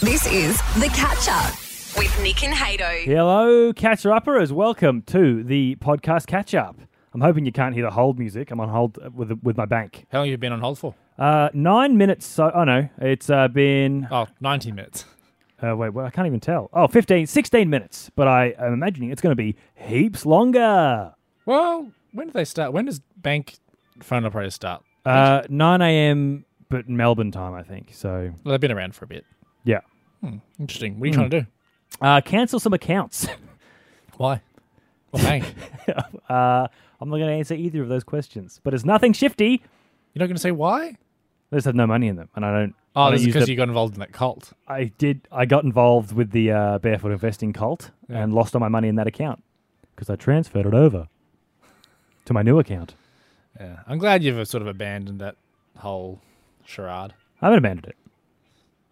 This is The Catch Up with Nick and Hato. Hello, catcher upperers. Welcome to the podcast catch up. I'm hoping you can't hear the hold music. I'm on hold with with my bank. How long you been on hold for? Uh, nine minutes. So, oh no, it's uh, been. Oh, 90 minutes. Uh, wait, well, I can't even tell. Oh, 15, 16 minutes. But I am imagining it's going to be heaps longer. Well, when do they start? When does bank phone operators start? Uh, 9 a.m. but Melbourne time, I think. So Well, they've been around for a bit. yeah, Interesting. What are you trying to do? uh, cancel some accounts. Why? Well, bank. uh, I'm not going to answer either of those questions. But it's nothing shifty. You're not going to say why? They just have no money in them, and I don't. I Oh, don't that's use because the- you got involved in that cult. I did. I got involved with the uh, barefoot investing cult and lost all my money in that account because I transferred it over to my new account. Yeah. I'm glad you've uh, sort of abandoned that whole charade. I haven't abandoned it.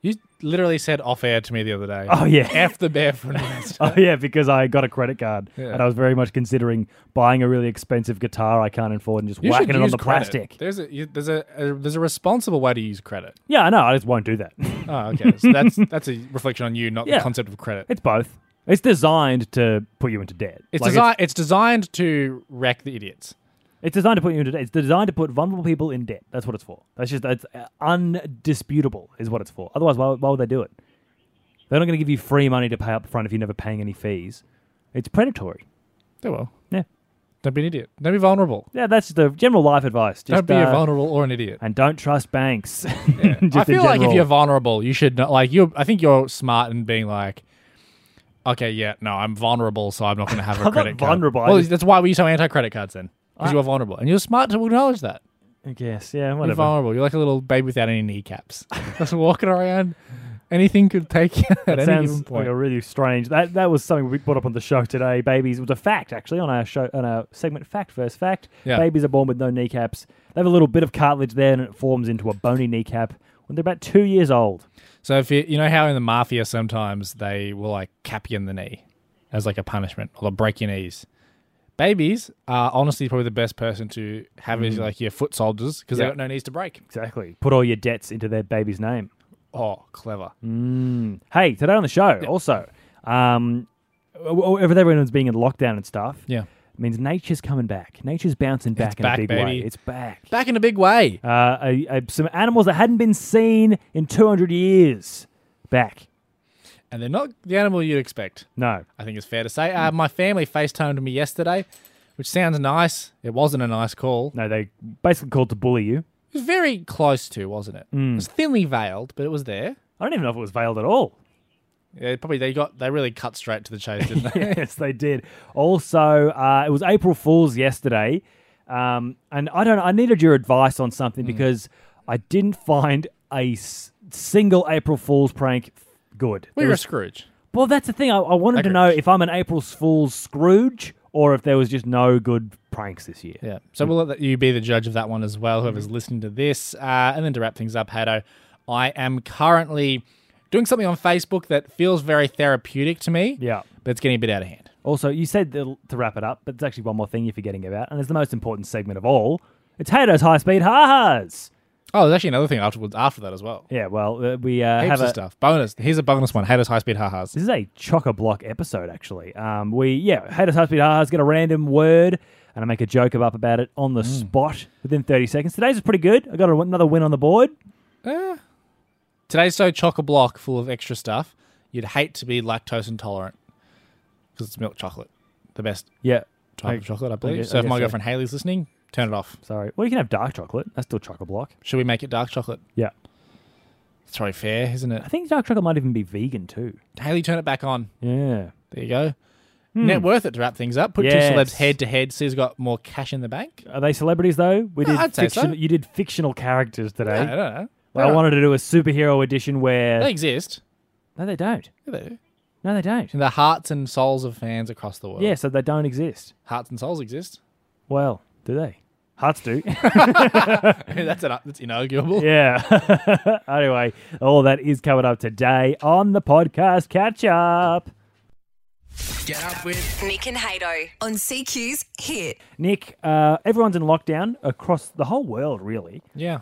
You literally said off air to me the other day. Oh yeah. F the barefoot investor. Oh yeah, because I got a credit card Yeah. and I was very much considering buying a really expensive guitar I can't afford and just You should whacking it on use the credit. plastic. There's a you, there's a, a there's a responsible way to use credit. Yeah, I know. I just won't do that. Oh, okay. So that's that's a reflection on you, not Yeah. the concept of credit. it's both. It's designed to put you into debt. It's, Like, desi- it's designed to wreck the idiots. it's, it's designed to put you into debt. It's designed to put vulnerable people in debt. That's what it's for. That's just that's uh, undisputable is what it's for. Otherwise, why, why would they do it? They're not going to give you free money to pay up front if you're never paying any fees. It's predatory. They Oh, will. Yeah, Don't be an idiot. Don't be vulnerable. yeah. That's the general life advice. Just, Don't be a uh, vulnerable or an idiot. and don't trust banks. Just I in feel like if general. you're vulnerable, you should not, like you. I think you're smart in being like, okay, yeah, no, I'm vulnerable, so I'm not going to have a not credit card. vulnerable, I Well, just- that's why we are so anti-credit cards then, because I- you're vulnerable and you're smart to acknowledge that. I guess yeah, You're whatever. vulnerable. You're like a little baby without any kneecaps, just walking around. Anything could take you at That any sounds given like point. a really strange. That that was something we brought up on the show today. Babies it was a fact actually on our show on our segment fact versus fact. Yeah. Babies are born with no kneecaps. They have a little bit of cartilage there, and it forms into a bony kneecap when they're about two years old. So if you, you know how in the mafia sometimes they will like cap you in the knee as like a punishment, or they'll break your knees. Babies are honestly probably the best person to have as like your foot soldiers because Mm. Yeah. they got no knees to break. Exactly. Put all your debts into their baby's name. Oh, clever! Mm. Hey, today on the show also, um, w- w- with everyone's being in lockdown and stuff, Yeah, means nature's coming back. Nature's bouncing back in back, a big way. baby. It's back. back in a big way. uh, a, a, some animals that hadn't been seen in 200 years back. And they're not the animal you'd expect. No. I think it's fair to say. Mm. Uh, my family FaceTimed me yesterday, which sounds nice. It wasn't a nice call. No, they basically called to bully you. It was very close to, wasn't it? Mm. It was thinly veiled, but it was there. I don't even know if it was veiled at all. Yeah, probably they got they really cut straight to the chase, didn't they? yes, they did. Also, uh, it was April Fool's yesterday. Um, and I don't know, I needed your advice on Mm. something because I didn't find a s- single April Fool's prank good. We There were was- Scrooge. well, that's the thing. I, I wanted to Accurate. know if I'm an April Fool's Scrooge or if there was just no good pranks this year. Yeah. So we'll let you be the judge of that one as well, whoever's Mm-hmm. listening to this. Uh, and then to wrap things up, Hato, I am currently doing something on Facebook that feels very therapeutic to me. Yeah. But it's getting a bit out of hand. Also, you said the, to wrap it up, but there's actually one more thing you're forgetting about, and it's the most important segment of all. It's Hato's High Speed Ha-Has. Oh, there's actually another thing afterwards after that as well. Yeah, well, uh, we uh, Heaps have of a, stuff. Bonus. Here's a bonus one. Hato's high speed ha-has. this is a chocker block episode actually. Um, we yeah, Hato's High Speed Ha-Has get a random word, and I make a joke up about it on the Mm. spot within 30 seconds. Today's is pretty good. I got a, another win on the board. Today's so chock a block full of extra stuff, you'd hate to be lactose intolerant because it's milk chocolate, the best Yeah, type of chocolate, I believe. guess- so I if my guess so. girlfriend Haley's listening, turn it off. sorry. Well, you can have dark chocolate. That's still chocker block. Should we make it dark chocolate? Yeah, It's probably fair, isn't it? I think dark chocolate might even be vegan too. Haley, turn it back on. Yeah. There you go. Net worth it to wrap things up. Put Hmm. Yes. two celebs head to head. See who's got more cash in the bank. Are they celebrities though? We No, did I'd say so. fiction- You did fictional characters today. I don't know. Well, I wanted to do a superhero edition where They exist. no, they don't. Yeah, they do. No, they don't. In the hearts and souls of fans across the world. Yeah, so they don't exist. Hearts and souls exist. Well, do they? Hearts do. that's, an, that's inarguable. yeah. anyway, all that is covered up today on the podcast catch up. Get up with Nick and Hato on CQ's Hit. Nick, uh, everyone's in lockdown across the whole world, really. Yeah.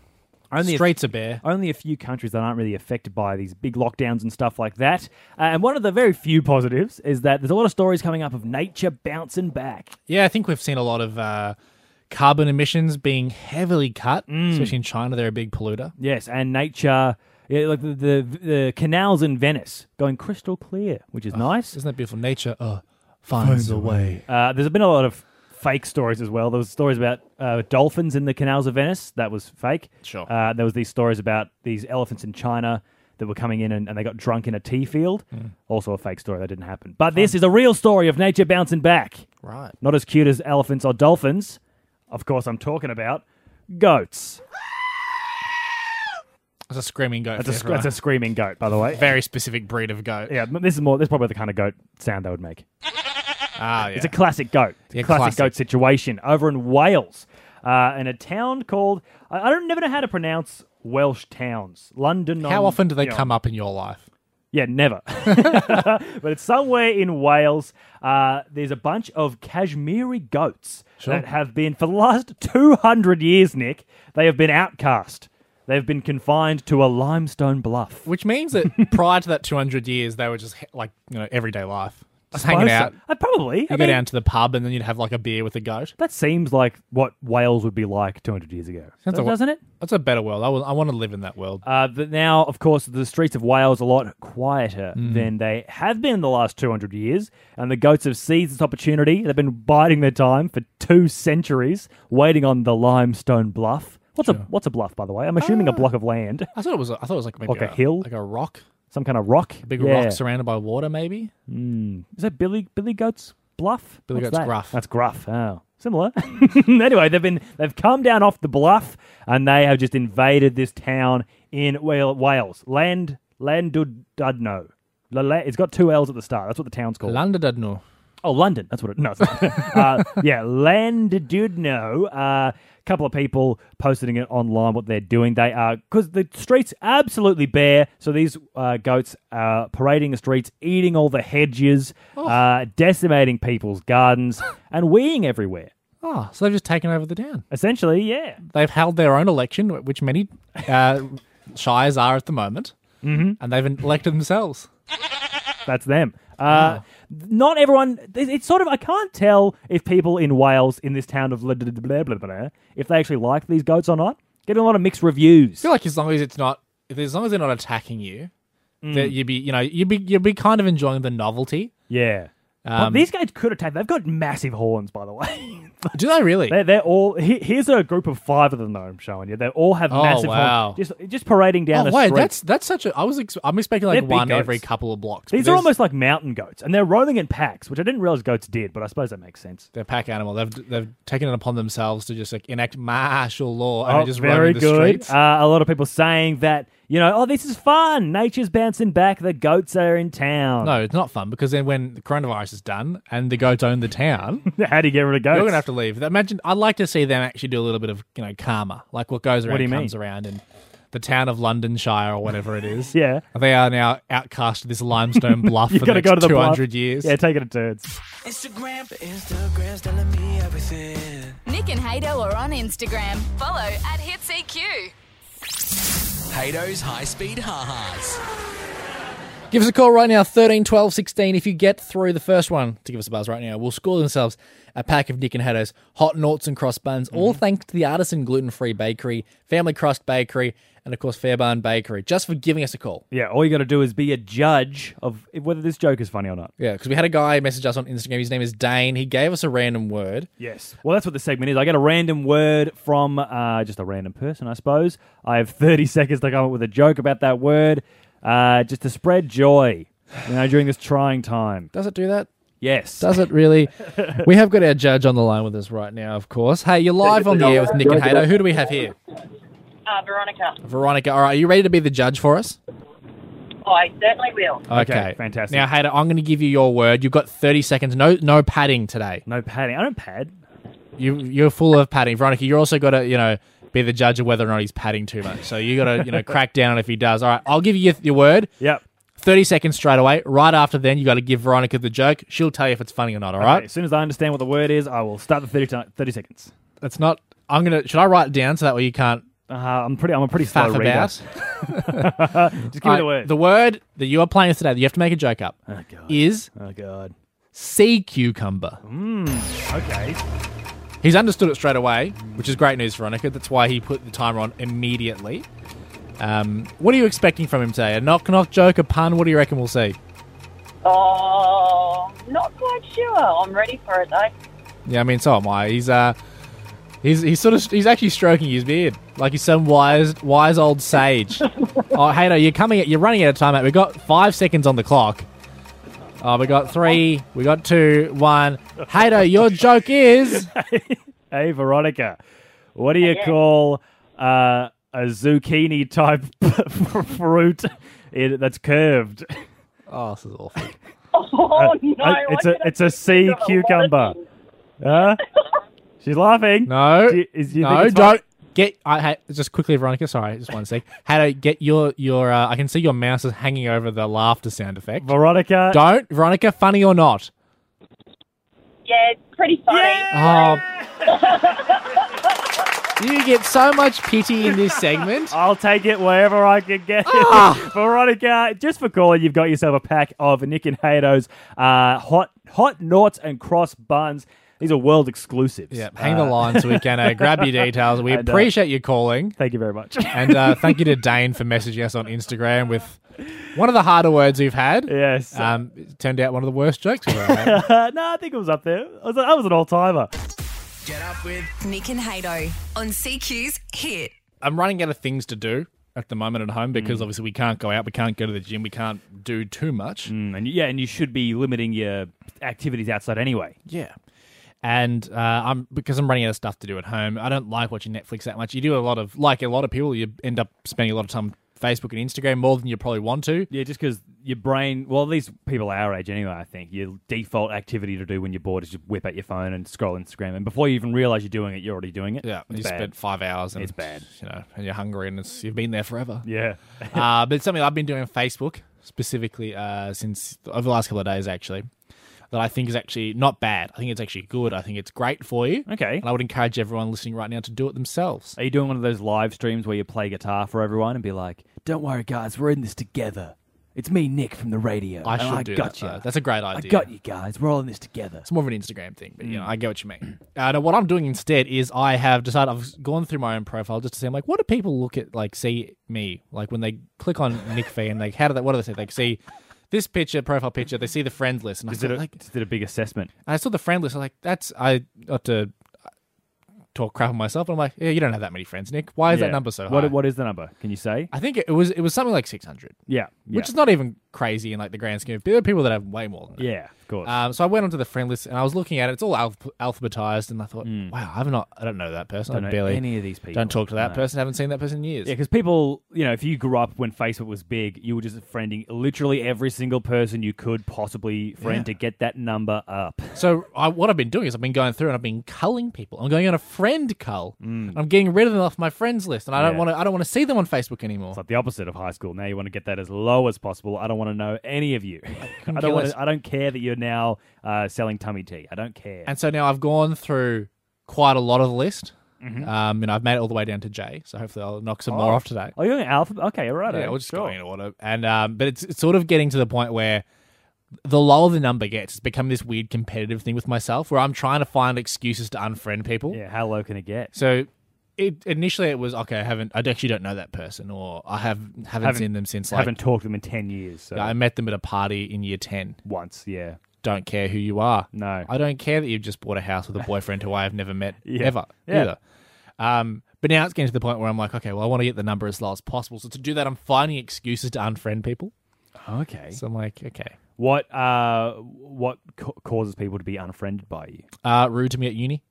Only if- Straits are bare. only a few countries that aren't really affected by these big lockdowns and stuff like that. Uh, and one of the very few positives is that there's a lot of stories coming up of nature bouncing back. Yeah, I think we've seen a lot of uh, carbon emissions being heavily cut, Hmm. especially in China. They're a big polluter. Yes, and nature, yeah, like the, the the canals in Venice going crystal clear, which is nice. Isn't that beautiful? Nature uh, finds a way. Uh, there's been a lot of fake stories as well. There was stories about uh, dolphins in the canals of Venice. That was fake. Sure. Uh, there was these stories about these elephants in China that were coming in and, and they got drunk in a tea field. Also a fake story that didn't happen. But this is a real story of nature bouncing back. Right. Not as cute as elephants or dolphins. Of course, I'm talking about goats. That's a screaming goat. That's a, That's sc- that's a screaming goat, by the way. very specific breed of goat. Yeah, this is more. This is probably the kind of goat sound they would make. Ah, yeah. It's a classic goat. It's a Yeah, classic, classic. goat situation over in Wales, uh, in a town called I, I don't never know how to pronounce Welsh towns. London. How often do they come up in your life? Yeah, never. but it's somewhere in Wales. Uh, there's a bunch of Kashmiri goats Sure. that have been, for the last 200 years, Nick, they have been outcast. They've been confined to a limestone bluff. Which means that prior to that 200 years, they were just he- like, you know, everyday life. Just hanging Suppose so. out. Uh, probably. I You go mean, down to the pub and then you'd have like a beer with a goat. That seems like what Wales would be like 200 years ago, Sounds like what- doesn't it? That's a better world. I, will, I want to live in that world. Uh, but now, of course, the streets of Wales are a lot quieter Hmm. than they have been in the last 200 years, and the goats have seized this opportunity. They've been biding their time for two centuries, waiting on the limestone bluff. What's a what's a bluff, by the way? I'm assuming a block of land, I thought it was. a- I thought it was like maybe Like a hill? like a rock, some kind of rock. big Yeah. rock surrounded by water. Maybe Is that Billy Billy Goat's bluff? Billy What's Goat's that? gruff. That's gruff. Oh, similar. anyway, they've been they've come down off the bluff and they have just invaded this town in Wa- Wales, Land Landudno. La- La- It's got two L's at the start. That's what the town's called. Landadadno. Oh, London. That's what it. No, it's not. uh, yeah, Landudno. A uh, couple of people posting it online. What they're doing? They are because the streets absolutely bare. So these uh, goats are parading the streets, eating all the hedges, uh, decimating people's gardens, and weeing everywhere. Oh, so they've just taken over the town. Essentially, yeah. They've held their own election, wh- which many uh, shires are at the moment, mm-hmm. and they've elected themselves. That's them. Uh, Not everyone. It's it's sort of. I can't tell if people in Wales, in this town of blah, blah, blah, blah, blah, if they actually like these goats or not. Getting a lot of mixed reviews. I feel like as long as it's not, if, as long as they're not attacking you, that you'd be, you know, you'd be, you'd be kind of enjoying the novelty. Yeah. Um, but these guys could attack. They've got massive horns, by the way. Do they really? they're, they're all. He, here's a group of five of them that I'm showing you. They all have Oh, massive wow. horns. Just, just parading down oh the wait, street. that's that's such a. I was, ex- I'm expecting They're like big one goats. every couple of blocks. but These are there's- almost like mountain goats, and they're roaming in packs, which I didn't realize goats did, but I suppose that makes sense. They're a pack animal. They've they've taken it upon themselves to just like enact martial law and Oh, they're just very roaming the good. streets. Uh, a lot of people saying that you know, oh, this is fun. Nature's bouncing back. The goats are in town. no, it's not fun because then when the coronavirus is done and the goats own the town, how do you get rid of goats? you're gonna have to leave. Imagine I'd like to see them actually do a little bit of you know karma, like what goes around do you comes mean? around in the town of Londonshire or whatever it is. Yeah. they are now outcast to this limestone bluff You for the gotta next go to the two bluff. hundred years. Yeah, take it in turns. Instagram, Instagram's telling me everything. Nick and Hato are on Instagram. Follow at Hits EQ. Hato's high speed ha-has. Give us a call right now, 13, 12, 16. If you get through the first one to give us a buzz right now, we'll score themselves a pack of Nick and Hatto's hot noughts and cross buns, all thanks to the Artisan Gluten Free Bakery, Family Crust Bakery, and of course Fairbarn Bakery, just for giving us a call. Yeah, all you got to do is be a judge of whether this joke is funny or not. Yeah, because we had a guy message us on Instagram. His name is Dane. He gave us a random word. Yes. Well, that's what the segment is. I get a random word from uh, just a random person, I suppose. I have 30 seconds to come up with a joke about that word, uh, just to spread joy, you know, during this trying time. Does it do that? Yes. Does it really? we have got our judge on the line with us right now, of course. Hey, you're live on the air with Nick and Hato. Who do we have here? Uh, Veronica. Veronica. All right, are you ready to be the judge for us? Oh, I certainly will. Okay, fantastic. Now, Hader, I'm going to give you your word. You've got 30 seconds. No, no padding today. No padding. I don't pad. You, you're full of padding, Veronica. You're also got to, you know, be the judge of whether or not he's padding too much. So you got to, you know, crack down on if he does. All right, I'll give you your, your word. Yep. 30 seconds straight away. Right after then, you got to give Veronica the joke. She'll tell you if it's funny or not. All right. As soon as I understand what the word is, I will start the 30, ti 30 seconds. That's not. I'm gonna. Should I write it down so that way you can't Uh, I'm pretty. I'm a pretty slow faff reader. about. Just give me the Uh, word. The word that you are playing with today that you have to make a joke up oh god. is Oh god. sea cucumber. Okay. He's understood it straight away, which is great news, Veronica. That's why he put the timer on immediately. Um, what are you expecting from him today? A knock knock joke, a pun? What do you reckon we'll see? Oh, not quite sure. I'm ready for it though. Yeah, I mean, so am I. He's uh, he's he's sort of he's actually stroking his beard like he's some wise wise old sage. oh, Hato, you're coming, you're running out of time, mate. We got five seconds on the clock. Oh, we got three, we got two, one. Hato, your joke is Hey Veronica, what do you Yeah. call uh, a zucchini type fruit it, that's curved? oh, this is awful. Oh no, uh, it's I a- did it's a sea You've got lot of cucumber. things. Huh? She's laughing. No, Do you- is- do you think no, it's fine? don't get. I ha- just quickly, Veronica. Sorry, just one sec. Hato, get your your. Uh, I can see your mouse is hanging over the laughter sound effect. Veronica. Don't, Veronica. Funny or not? Yeah, it's pretty funny. Oh. you get so much pity in this segment. I'll take it wherever I can get it. Ah. Veronica, just for calling, you've got yourself a pack of Nick and Hato's uh, hot hot noughts and cross buns. These are world exclusives. Yep, hang the Uh, line so we can uh, grab your details. We And, uh, appreciate you calling. Thank you very much. And uh, thank you to Dane for messaging us on Instagram with one of the harder words we've had. yes. Um, it turned out one of the worst jokes we've ever had. Uh, no, I think it was up there. I was, I was an all timer. Get up with Nick and Hato on CQ's Hit. I'm running out of things to do at the moment at home because obviously we can't go out, we can't go to the gym, we can't do too much. Mm, and yeah, and you should be limiting your activities outside anyway. Yeah. And uh, I'm because I'm running out of stuff to do at home. I don't like watching Netflix that much. You do a lot of like a lot of people. You end up spending a lot of time on Facebook and Instagram more than you probably want to. Yeah, just because your brain, well, these people our age anyway, I think, your default activity to do when you're bored is just whip out your phone and scroll Instagram. And before you even realize you're doing it, you're already doing it. Yeah, It's you bad. spent five hours. And, It's bad. you know, and you're hungry and it's you've been there forever. Yeah. uh, but it's something I've been doing on Facebook specifically uh, since over the last couple of days actually that I think is actually not bad. I think it's actually good. I think it's great for you. Okay. And I would encourage everyone listening right now to do it themselves. Are you doing one of those live streams where you play guitar for everyone and be like, don't worry, guys, we're in this together. It's me, Nick, from the radio. I and should I do got that, you. though. That's a great I idea. got you, guys. We're all in this together. Mm. It's more of an Instagram thing, but you know, I get what you mean. Uh, no, what I'm doing instead is I have decided I've gone through my own profile just to see. I'm like, what do people look at? Like, see me? Like when they click on Nick Fee and like, how do they? What do they see? They see this picture, profile picture. They see the friend list, and I Just did, said, a, like, just did a big assessment. I saw the friend list. I'm like, that's I got to uh, talk crap on myself. And I'm like, yeah, you don't have that many friends, Nick. Why is Yeah. that number so high? What, what is the number? Can you say? I think it, it was it was something like 600, Yeah. yeah. which is not even crazy in like the grand scheme of. There are people that have way more than that. Yeah, of course. Um, so I went onto the friend list and I was looking at it. It's all alph alphabetized, and I thought, wow, I've not, I don't know that person. Hmm. don't I know barely any of these people. Don't talk to that No. person. Haven't seen that person in years. Yeah, because people, you know, if you grew up when Facebook was big, you were just friending literally every single person you could possibly friend to Yeah. get that number up. So I, what I've been doing is I've been going through and I've been culling people. I'm going on a friend cull. Mm. I'm getting rid of them off my friends list, and I don't Hmm. Yeah. want to. I don't want to see them on Facebook anymore. It's like the opposite of high school. Now you want to get that as low as possible. I don't want to know any of you. I, care don't want. less. To, I don't care that you're now uh, selling tummy tea. I don't care. And so now I've gone through quite a lot of the list. Um, and I've made it all the way down to J. So hopefully I'll knock some more off today. Mm-hmm. oh, you're an alphabet. Okay, all right. Yeah, eh? we'll just Sure. go in order. And um, but it's, it's sort of getting to the point where the lower the number gets, it's become this weird competitive thing with myself where I'm trying to find excuses to unfriend people. Yeah, how low can it get? So it initially it was okay. I haven't. I actually don't know that person, or I have haven't, seen them since. Like, haven't talked to them in ten years. So I met them at a party in year ten. once, yeah. Don't care who you are. No. I don't care that you've just bought a house with a boyfriend who I have never met Yeah. ever Yeah. either. Um, but now it's getting to the point where I'm like, okay, well, I want to get the number as low as possible. So to do that, I'm finding excuses to unfriend people. Okay. So I'm like, okay, What uh, what ca- causes people to be unfriended by you? uh, rude to me at uni.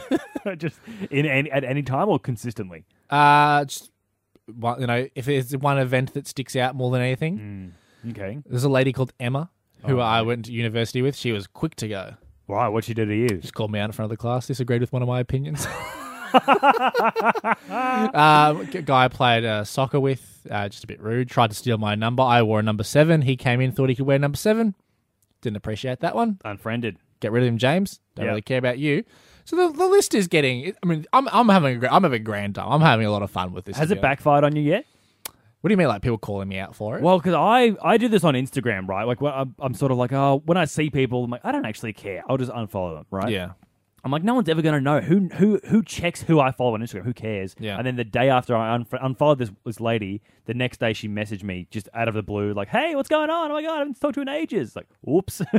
just in any, at any time or consistently. Uh, just one, you know, if there's one event that sticks out more than anything, Okay. there's a lady called Emma who I went to university with. She was quick to go. Wow, what she do to you? Just called me out in front of the class. Disagreed with one of my opinions. Um, uh, g- guy I played uh, soccer with, uh, just a bit rude. Tried to steal my number. I wore a number seven. He came in, thought he could wear number seven. Didn't appreciate that one. Unfriended. Get rid of him, James. Don't Yeah. really care about you. So the, the list is getting. I mean, I'm, I'm having a gra- I'm having a grand time. I'm having a lot of fun with this. Has to it be honest. backfired on you yet? What do you mean, like people calling me out for it? Well, because I I do this on Instagram, right? Like, well, I'm, I'm sort of like, oh, when I see people, I'm like, I don't actually care. I'll just unfollow them, right? yeah, I'm like, no one's ever going to know who who who checks who I follow on Instagram. Who cares? Yeah. And then the day after I unf- unfollowed this this lady, the next day she messaged me just out of the blue, like, hey, what's going on? Oh my god, I haven't talked to you in ages. Like, oops,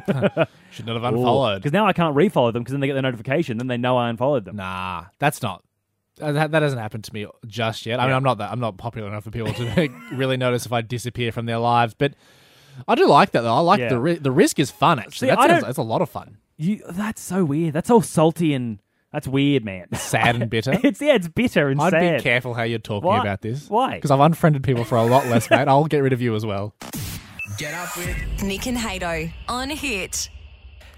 should not have unfollowed. Because now I can't refollow them because then they get the notification, then they know I unfollowed them. Nah, that's not. That, that hasn't happened to me just yet. I mean, I'm not that I'm not popular enough for people to really notice if I disappear from their lives. But I do like that though. I like Yeah. the ri- the risk is fun. Actually, See, that I sounds- don't- that's a lot of fun. You, that's so weird. That's all salty and that's weird, man. Sad and bitter. it's yeah, it's bitter and I'd sad. be careful how you're talking Why? about this. Why? Because I've unfriended people for a lot less, mate. I'll get rid of you as well. Get up with Nick and Hato on Hit.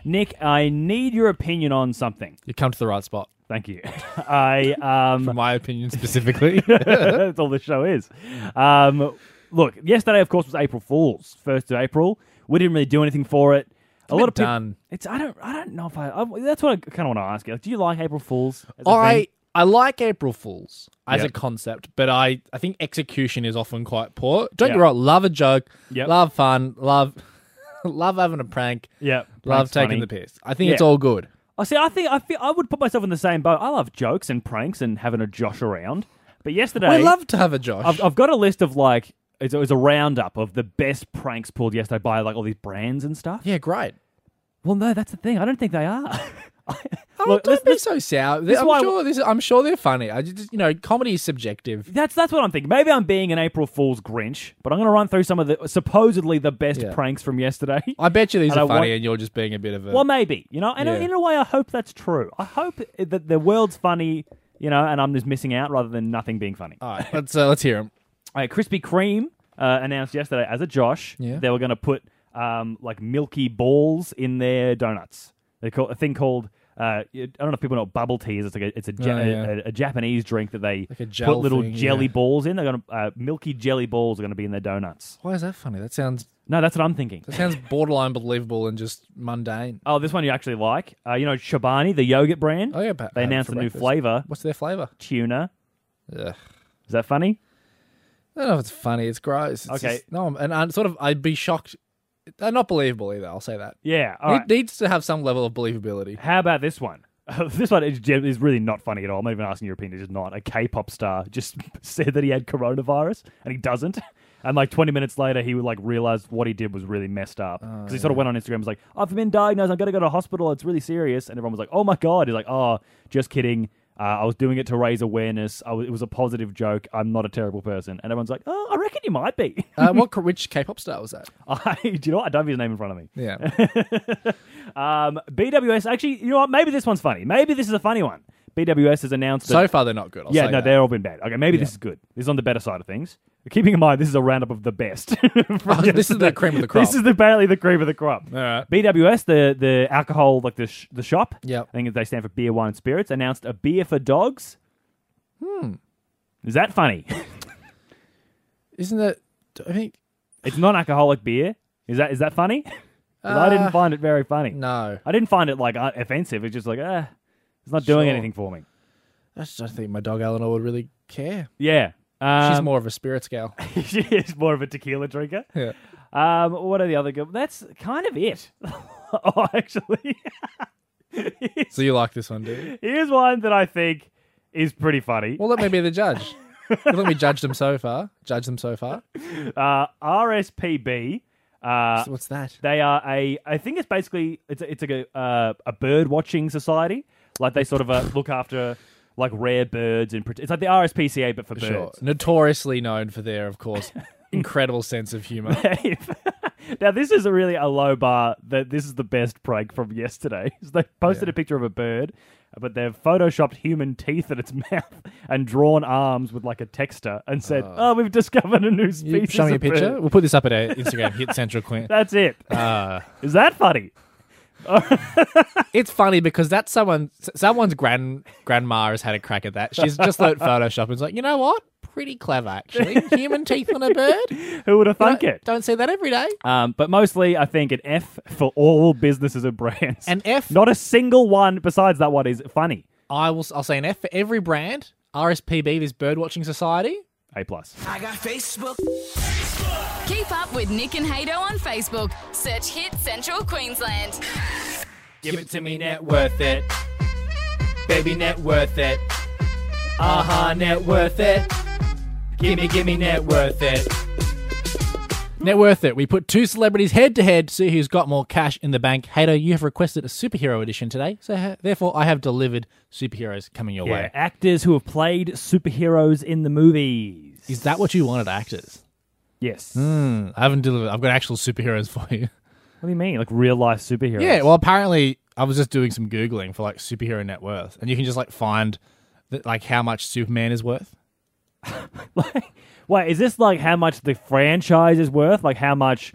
Nick, I need your opinion on something. You come to the right spot. Thank you. I um, For my opinion specifically. That's all the show is. Um, look, yesterday, of course, was April Fool's, first of April. We didn't really do anything for it. A bit lot of peop- done. It's I don't I don't know if I, I that's what I kind of want to ask you. Like, do you like April Fools? as a thing? I I like April Fools as Yep. a concept, but I, I think execution is often quite poor. Don't Yeah. get me wrong, love a joke, Yep. love fun, love love having a prank, yeah, love prank's taking funny. the piss. I think it's Yeah. all good. I see. I think I feel I would put myself in the same boat. I love jokes and pranks and having a josh around. But yesterday, I love to have a Josh. I've, I've got a list of like it's, it was a roundup of the best pranks pulled yesterday by like all these brands and stuff. yeah, great. Well, no, that's the thing. I don't think they are. Oh, Look, don't let's- be let's- so sour. this is why I- I'm sure this. I'm sure they're funny. I just, you know, comedy is subjective. That's that's what I'm thinking. Maybe I'm being an April Fool's Grinch, but I'm going to run through some of the supposedly the best Yeah. pranks from yesterday. I bet you these And I are funny, want- and you're just being a bit of a. well, maybe you know, and uh, Yeah. in a way, I hope that's true. I hope that the world's funny, you know, and I'm just missing out rather than nothing being funny. all right, let's uh, let's hear him. All right, Krispy Kreme uh, announced yesterday as a Josh, Yeah. they were going to put um, like milky balls in their donuts. They call a thing called. Uh, I don't know if people know what bubble tea is. It's like a, it's a, ja- Oh, yeah. a, a Japanese drink that they a gel put little thing, jelly yeah. balls in. They're gonna uh, milky jelly balls are gonna be in their donuts. Why is that funny? That sounds No, that's what I'm thinking. that sounds borderline believable and just mundane. Oh, this one you actually like. Uh, you know, Shabani, the yogurt brand. Oh yeah, but They announced a new flavour, What's their flavor? tuna. Ugh. Is that funny? I don't know if it's funny. It's gross. It's Okay. just- no, I'm- and I'm sort of, I'd be shocked. They're not believable either. I'll say that. Yeah. It All right. needs to have some level of believability. How about this one? this one is, gen- is really not funny at all. I'm not even asking your opinion. It's not. A K-pop star just said that he had coronavirus, and he doesn't. And like 20 minutes later, he would like realized what he did was really messed up because he sort of went on Instagram. and was like, "I've been diagnosed. I'm gonna go to hospital. It's really serious." And everyone was like, "Oh my god!" He's like, "Oh, just kidding. Uh, I was doing it to raise awareness. I w- it was a positive joke. I'm not a terrible person." And everyone's like, "Oh, I reckon you might be." Uh, what co- which K-pop star was that? I, do you know what? I don't have his name in front of me. Yeah, Um, BWS, actually, you know what? Maybe this one's funny. Maybe this is a funny one. BWS has announced that. so far they're not good. I'll yeah, no, say that. they're all been bad. Okay, maybe this is good. This is on the better side of things. Keeping in mind, this is a roundup of the best. Oh, this is the cream of the crop. This is apparently the cream of the crop. right. BWS, the the alcohol like the sh- the shop. Yep. I think they stand for beer, wine, and spirits. Announced a beer for dogs. Hmm. Is that funny? Isn't it? I think it's non-alcoholic beer. Is that is that funny? 'Cause I didn't Uh, find it very funny. no. I didn't find it like uh, offensive. It's just like, ah, it's not doing Sure. anything for me. I just don't think my dog Eleanor would really care. Yeah. Um, She's more of a spirits gal. she is more of a tequila drinker. Yeah. Um, what are the other good? That's kind of it. oh, actually, So you like this one, do you? here's one that I think is pretty funny. Well, let me be the judge. You let me judge them so far. Judge them so far. Uh, RSPB. Uh, So what's that? they are a. I think it's basically it's a, it's like a uh, a bird watching society. Like they sort of uh, look after like rare birds and prote- it's like the RSPCA but for Sure. birds. Notoriously known for their, of course, incredible sense of humor. Dave. now this is a really a low bar. That this is the best prank from yesterday. So they posted Yeah. a picture of a bird, but they've photoshopped human teeth in its mouth and drawn arms with like a texter and said, "Oh, we've discovered a new Uh. You species." show me a of bird." picture. We'll put this up at our Instagram. Hit Central Clint. That's it. Is Uh, that funny? it's funny because that's someone. s- Someone's grand grandma has had a crack at that. She's just learnt Photoshop and is like, you know what? pretty clever, actually. Human teeth on a bird. Who would have thunk Don't- it? Don't see that every day. Um, but mostly, I think an F for all businesses and brands. An F. Not a single one besides that one is funny. I will. s- I'll say an F for every brand. RSPB, this bird watching society. A plus. I got Facebook. Keep up with Nick and Hato on Facebook. Search Hit Central Queensland. Give it to me, net worth it. Baby, net worth it. Aha, net worth it. Gimme, gimme, net worth it. Net worth it. We put two celebrities head to head to see who's got more cash in the bank. Hato, you have requested a superhero edition today, so ha- therefore I have delivered superheroes coming your Yeah. way. Actors who have played superheroes in the movies. Is that what you wanted, actors? yes. Hmm, I haven't delivered. I've got actual superheroes for you. What do you mean? Like real life superheroes? Yeah, well, apparently I was just doing some googling for like superhero net worth, and you can just like find that, like how much Superman is worth. Wait, is this like how much the franchise is worth? Like how much?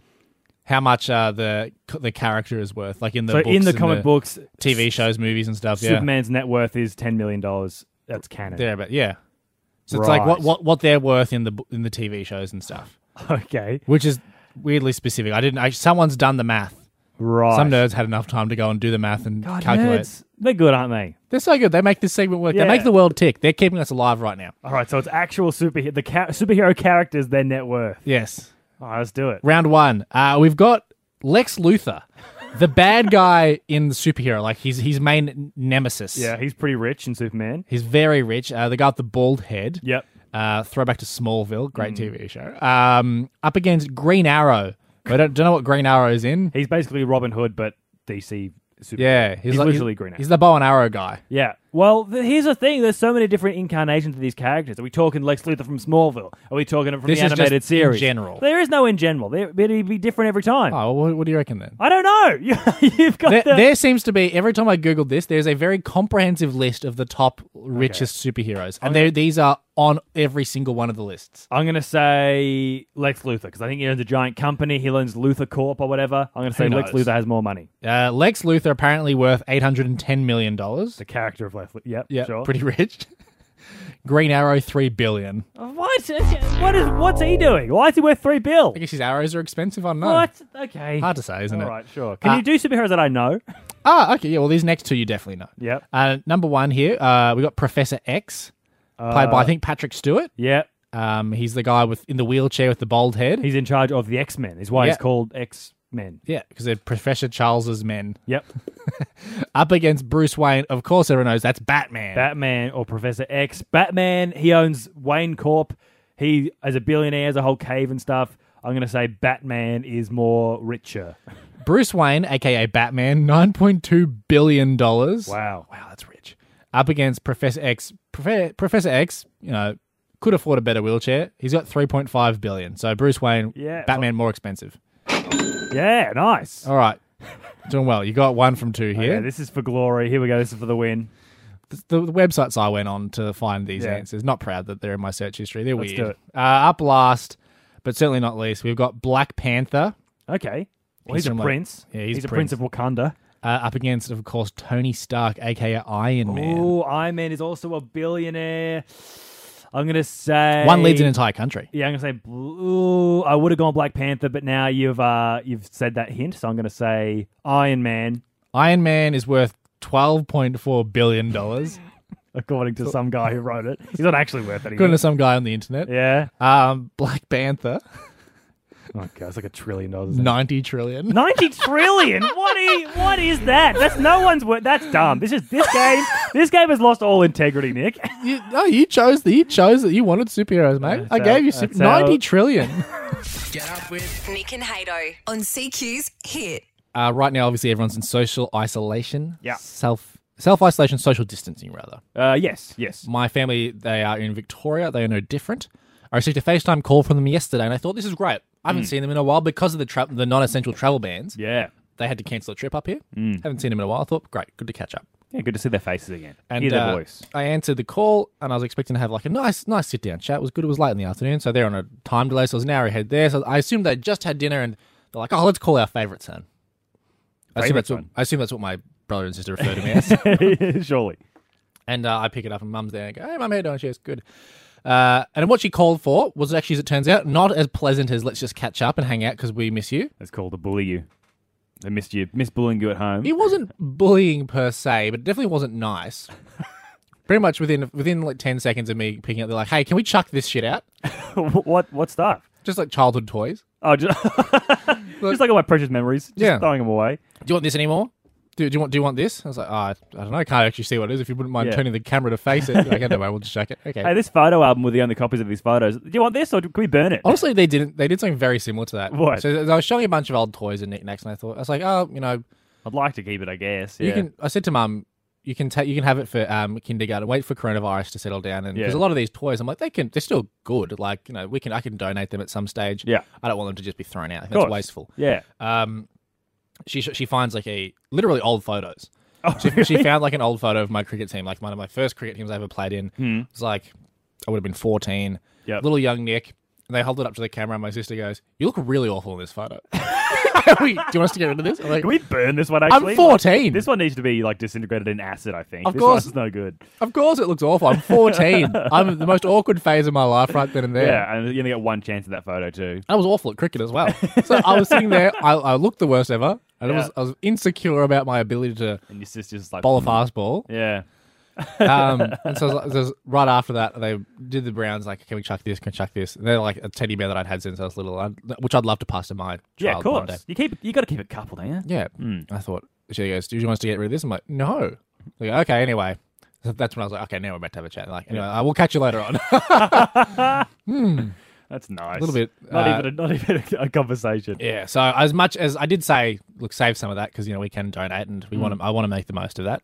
how much uh, the the character is worth, like in the So books in the and comic books, TV shows, movies, and stuff. Superman's net worth is ten million dollars. That's canon. Yeah, yeah, but yeah. So it's like what, Right. what what they're worth in the bo- in the TV shows and stuff, Okay, which is weirdly specific. I didn't. I, someone's done the math. right. Some nerds had enough time to go and do the math and God, calculate. nerds, they're good, aren't they? They're so good. They make this segment work. Yeah. They make the world tick. They're keeping us alive right now. All right, so it's actual superhero. The ca- superhero characters, their net worth. Yes. All right, let's do it. Round one. Uh, we've got Lex Luthor, the bad guy in the superhero. Like he's his main nemesis. Yeah, he's pretty rich in Superman. He's very rich. Uh, the guy with the bald head. Yep. Uh, throwback to Smallville, Hmm. great TV show. Um, up against Green Arrow. I don't, don't know what Green Arrow is in. He's basically Robin Hood, but DC. Super- Yeah, he's, he's, like- literally Green Arrow. He's the bow and arrow guy. Yeah. Well, th- here's the thing. There's so many different incarnations of these characters. Are we talking Lex Luthor from Smallville? Are we talking it from This the is just animated in series? general. There is no in general. There, it'd be different every time. Oh, what, what do you reckon then? I don't know. You- You've got There, the... there seems to be every time I googled this, there's a very comprehensive list of the top richest superheroes, Oh, and there these are on every single one of the lists. I'm going to say Lex Luthor because I think he owns a giant company. He owns Luthor Corp or whatever. I'm going to say Lex knows? Luthor has more money. Uh, Lex Luthor apparently worth eight hundred and ten million dollars. The character of Lex Luthor. Yep. Yeah, Sure. pretty rich. Green Arrow three billion. What? What is? What's he doing? Why is he worth three bill? I guess his arrows are expensive. I don't know. What? Okay. Hard to say, isn't it? All right. Sure. Can Uh, you do superheroes that I know? Ah, okay. Yeah, well, these next two you definitely know. Yep. Uh, number one here, uh, we got Professor X, played Uh, by I think Patrick Stewart. Yep. Um, he's the guy with in the wheelchair with the bald head. He's in charge of the X Men. Is why Yeah. he's called X Men. yeah, because they're Professor Charles's men Yep. up against Bruce Wayne. Of course, everyone knows that's Batman. Batman or Professor X. Batman. He owns Wayne Corp. He as a billionaire has a whole cave and stuff. I'm gonna say Batman is more richer. Bruce Wayne, aka Batman, nine point two billion dollars. Wow. wow, that's rich. Up against Professor X. Profe- Professor X, you know, could afford a better wheelchair. He's got three point five billion. So Bruce Wayne, Yeah. Batman, more expensive. Yeah. Nice. All right. Doing well. You got one from two here. Yeah. This is for glory. Here we go. This is for the win. the, the websites I went on to find these Yeah. answers. Not proud that they're in my search history. They're Let's weird. do it. Uh, up last, but certainly not least, we've got Black Panther Okay. Well, He's he's, a from, like- prince. yeah, he's a prince prince. of Wakanda. uh, up against, of course, Tony Stark, aka Iron Man. Oh, Iron Man is also a billionaire. I'm gonna say One leads an entire country. Yeah, I'm gonna say. bl- Ooh, I would have gone Black Panther, but now you've uh you've said that hint, so I'm gonna say Iron Man, Iron Man is worth twelve point four billion dollars, according to some guy who wrote it. He's not actually worth anything. according to some guy on the internet. Yeah. Um, Black Panther, Oh god, it's like a trillion dollars. ninety trillion. Ninety trillion. What is what is that? That's no one's worth. That's dumb. This is this game. This game has lost all integrity, Nick. You, no, you chose that. You chose that. You wanted superheroes, mate. I that's gave how- you sup- that's how- ninety trillion. Get up with Nick and Hato on CQ's Hit. uh, right now, obviously, everyone's in social isolation. Yeah. Self self isolation, social distancing, rather. Uh, yes, yes. My family, they are in Victoria. They are no different. I received a FaceTime call from them yesterday, and I thought this is great. I haven't seen them in a while because of the tra- the non essential travel bans. Mm. Yeah. Mm. They had to cancel a trip up here. Haven't seen them in a while. I thought great, good to catch up. Yeah, good to see their faces again. And Hear their uh, voice. I answered the call, and I was expecting to have like a nice, nice sit down chat. It was good. It was late in the afternoon, so they're on a time delay. So it was an hour ahead there. So I assumed they just had dinner, and they're like, "Oh, let's call our favorite son." I assume Favourite that's what son? I assume that's what my brother and sister refer to me as. Surely. And uh, I pick it up, and Mum's there. And I go, "Hey, Mum, how you doing?" She goes, "Good." Uh, and what she called for was actually, as it turns out, not as pleasant as let's just catch up and hang out because we miss you. That's called to bully you. They missed you, miss bullying you at home. It wasn't bullying per se, but it definitely wasn't nice. Pretty much within within like ten seconds of me picking up, they're like, "Hey, can we chuck this shit out?" what what stuff? Just like childhood toys. Oh, just, just like all my precious memories, just Yeah. throwing them away. Do you want this anymore? Do, do you want? Do you want this? I was like, oh, I, I don't know. I can't actually see what it is. If you wouldn't mind Yeah. turning the camera to face it, okay, no way, we'll just chuck it. Okay. Hey, this photo album with the only copies of these photos. Do you want this or can we burn it? Honestly, they didn't. They did something very similar to that. What? So I was showing a bunch of old toys and knickknacks, and I thought I was like, oh, you know, I'd like to keep it, I guess. Yeah. you can. I said to mum, you can take, you can have it for um, kindergarten. Wait for coronavirus to settle down, and because Yeah. a lot of these toys, I'm like, they can, they're still good. Like, you know, we can, I can donate them at some stage. Yeah. I don't want them to just be thrown out. I think Of that's course. wasteful. Yeah. um, she she finds like a literally old photos. Oh, she, she found like an old photo of my cricket team, like one of my first cricket teams I ever played in. It was like I would have been fourteen, Hmm. Yep. little young Nick. And they hold it up to the camera, and my sister goes, "You look really awful in this photo." Wait, Do you want us to get rid of this? I'm like, Can we burn this one? I'm Actually, 14. This one needs to be like disintegrated in acid. I think. Of this course. one's no good. of course, it looks awful. I'm 14. I'm in the most awkward phase of my life right then and there. Yeah. and you only get one chance at that photo too. I was awful at cricket as well. So I was sitting there. I, I looked the worst ever, and I Yeah. was I was insecure about my ability to And your sister's like, bowl a fastball. yeah, Um, and so, it was like- so it was right after that, they did the Browns like, "Can we chuck this? Can we chuck this?" And they're like a teddy bear that I'd had since I was little, I'd, which I'd love to pass to my child yeah. Of one day. course. Hmm. You keep. You got to keep it coupled, eh? don't you? Yeah, I thought she goes, "Do you want us to get rid of this?" I'm like, "No." They go, okay, anyway. So that's when I was like, "Okay, now we're about to have a chat." Like, anyway, I will catch you later on. That's nice. A little bit, Not uh, even. A, not even a, conversation. yeah. So as much as I did say, look, save some of that because you know we can donate, and Hmm. we want to. I want to make the most of that.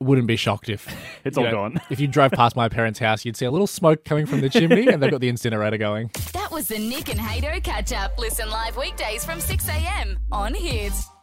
Wouldn't be shocked if It's you all gone. if you drove past my parents' house, you'd see a little smoke coming from the chimney, and they've got the incinerator going. That was the Nick and Hato catch up. Listen live weekdays from 6 a.m. on Hits.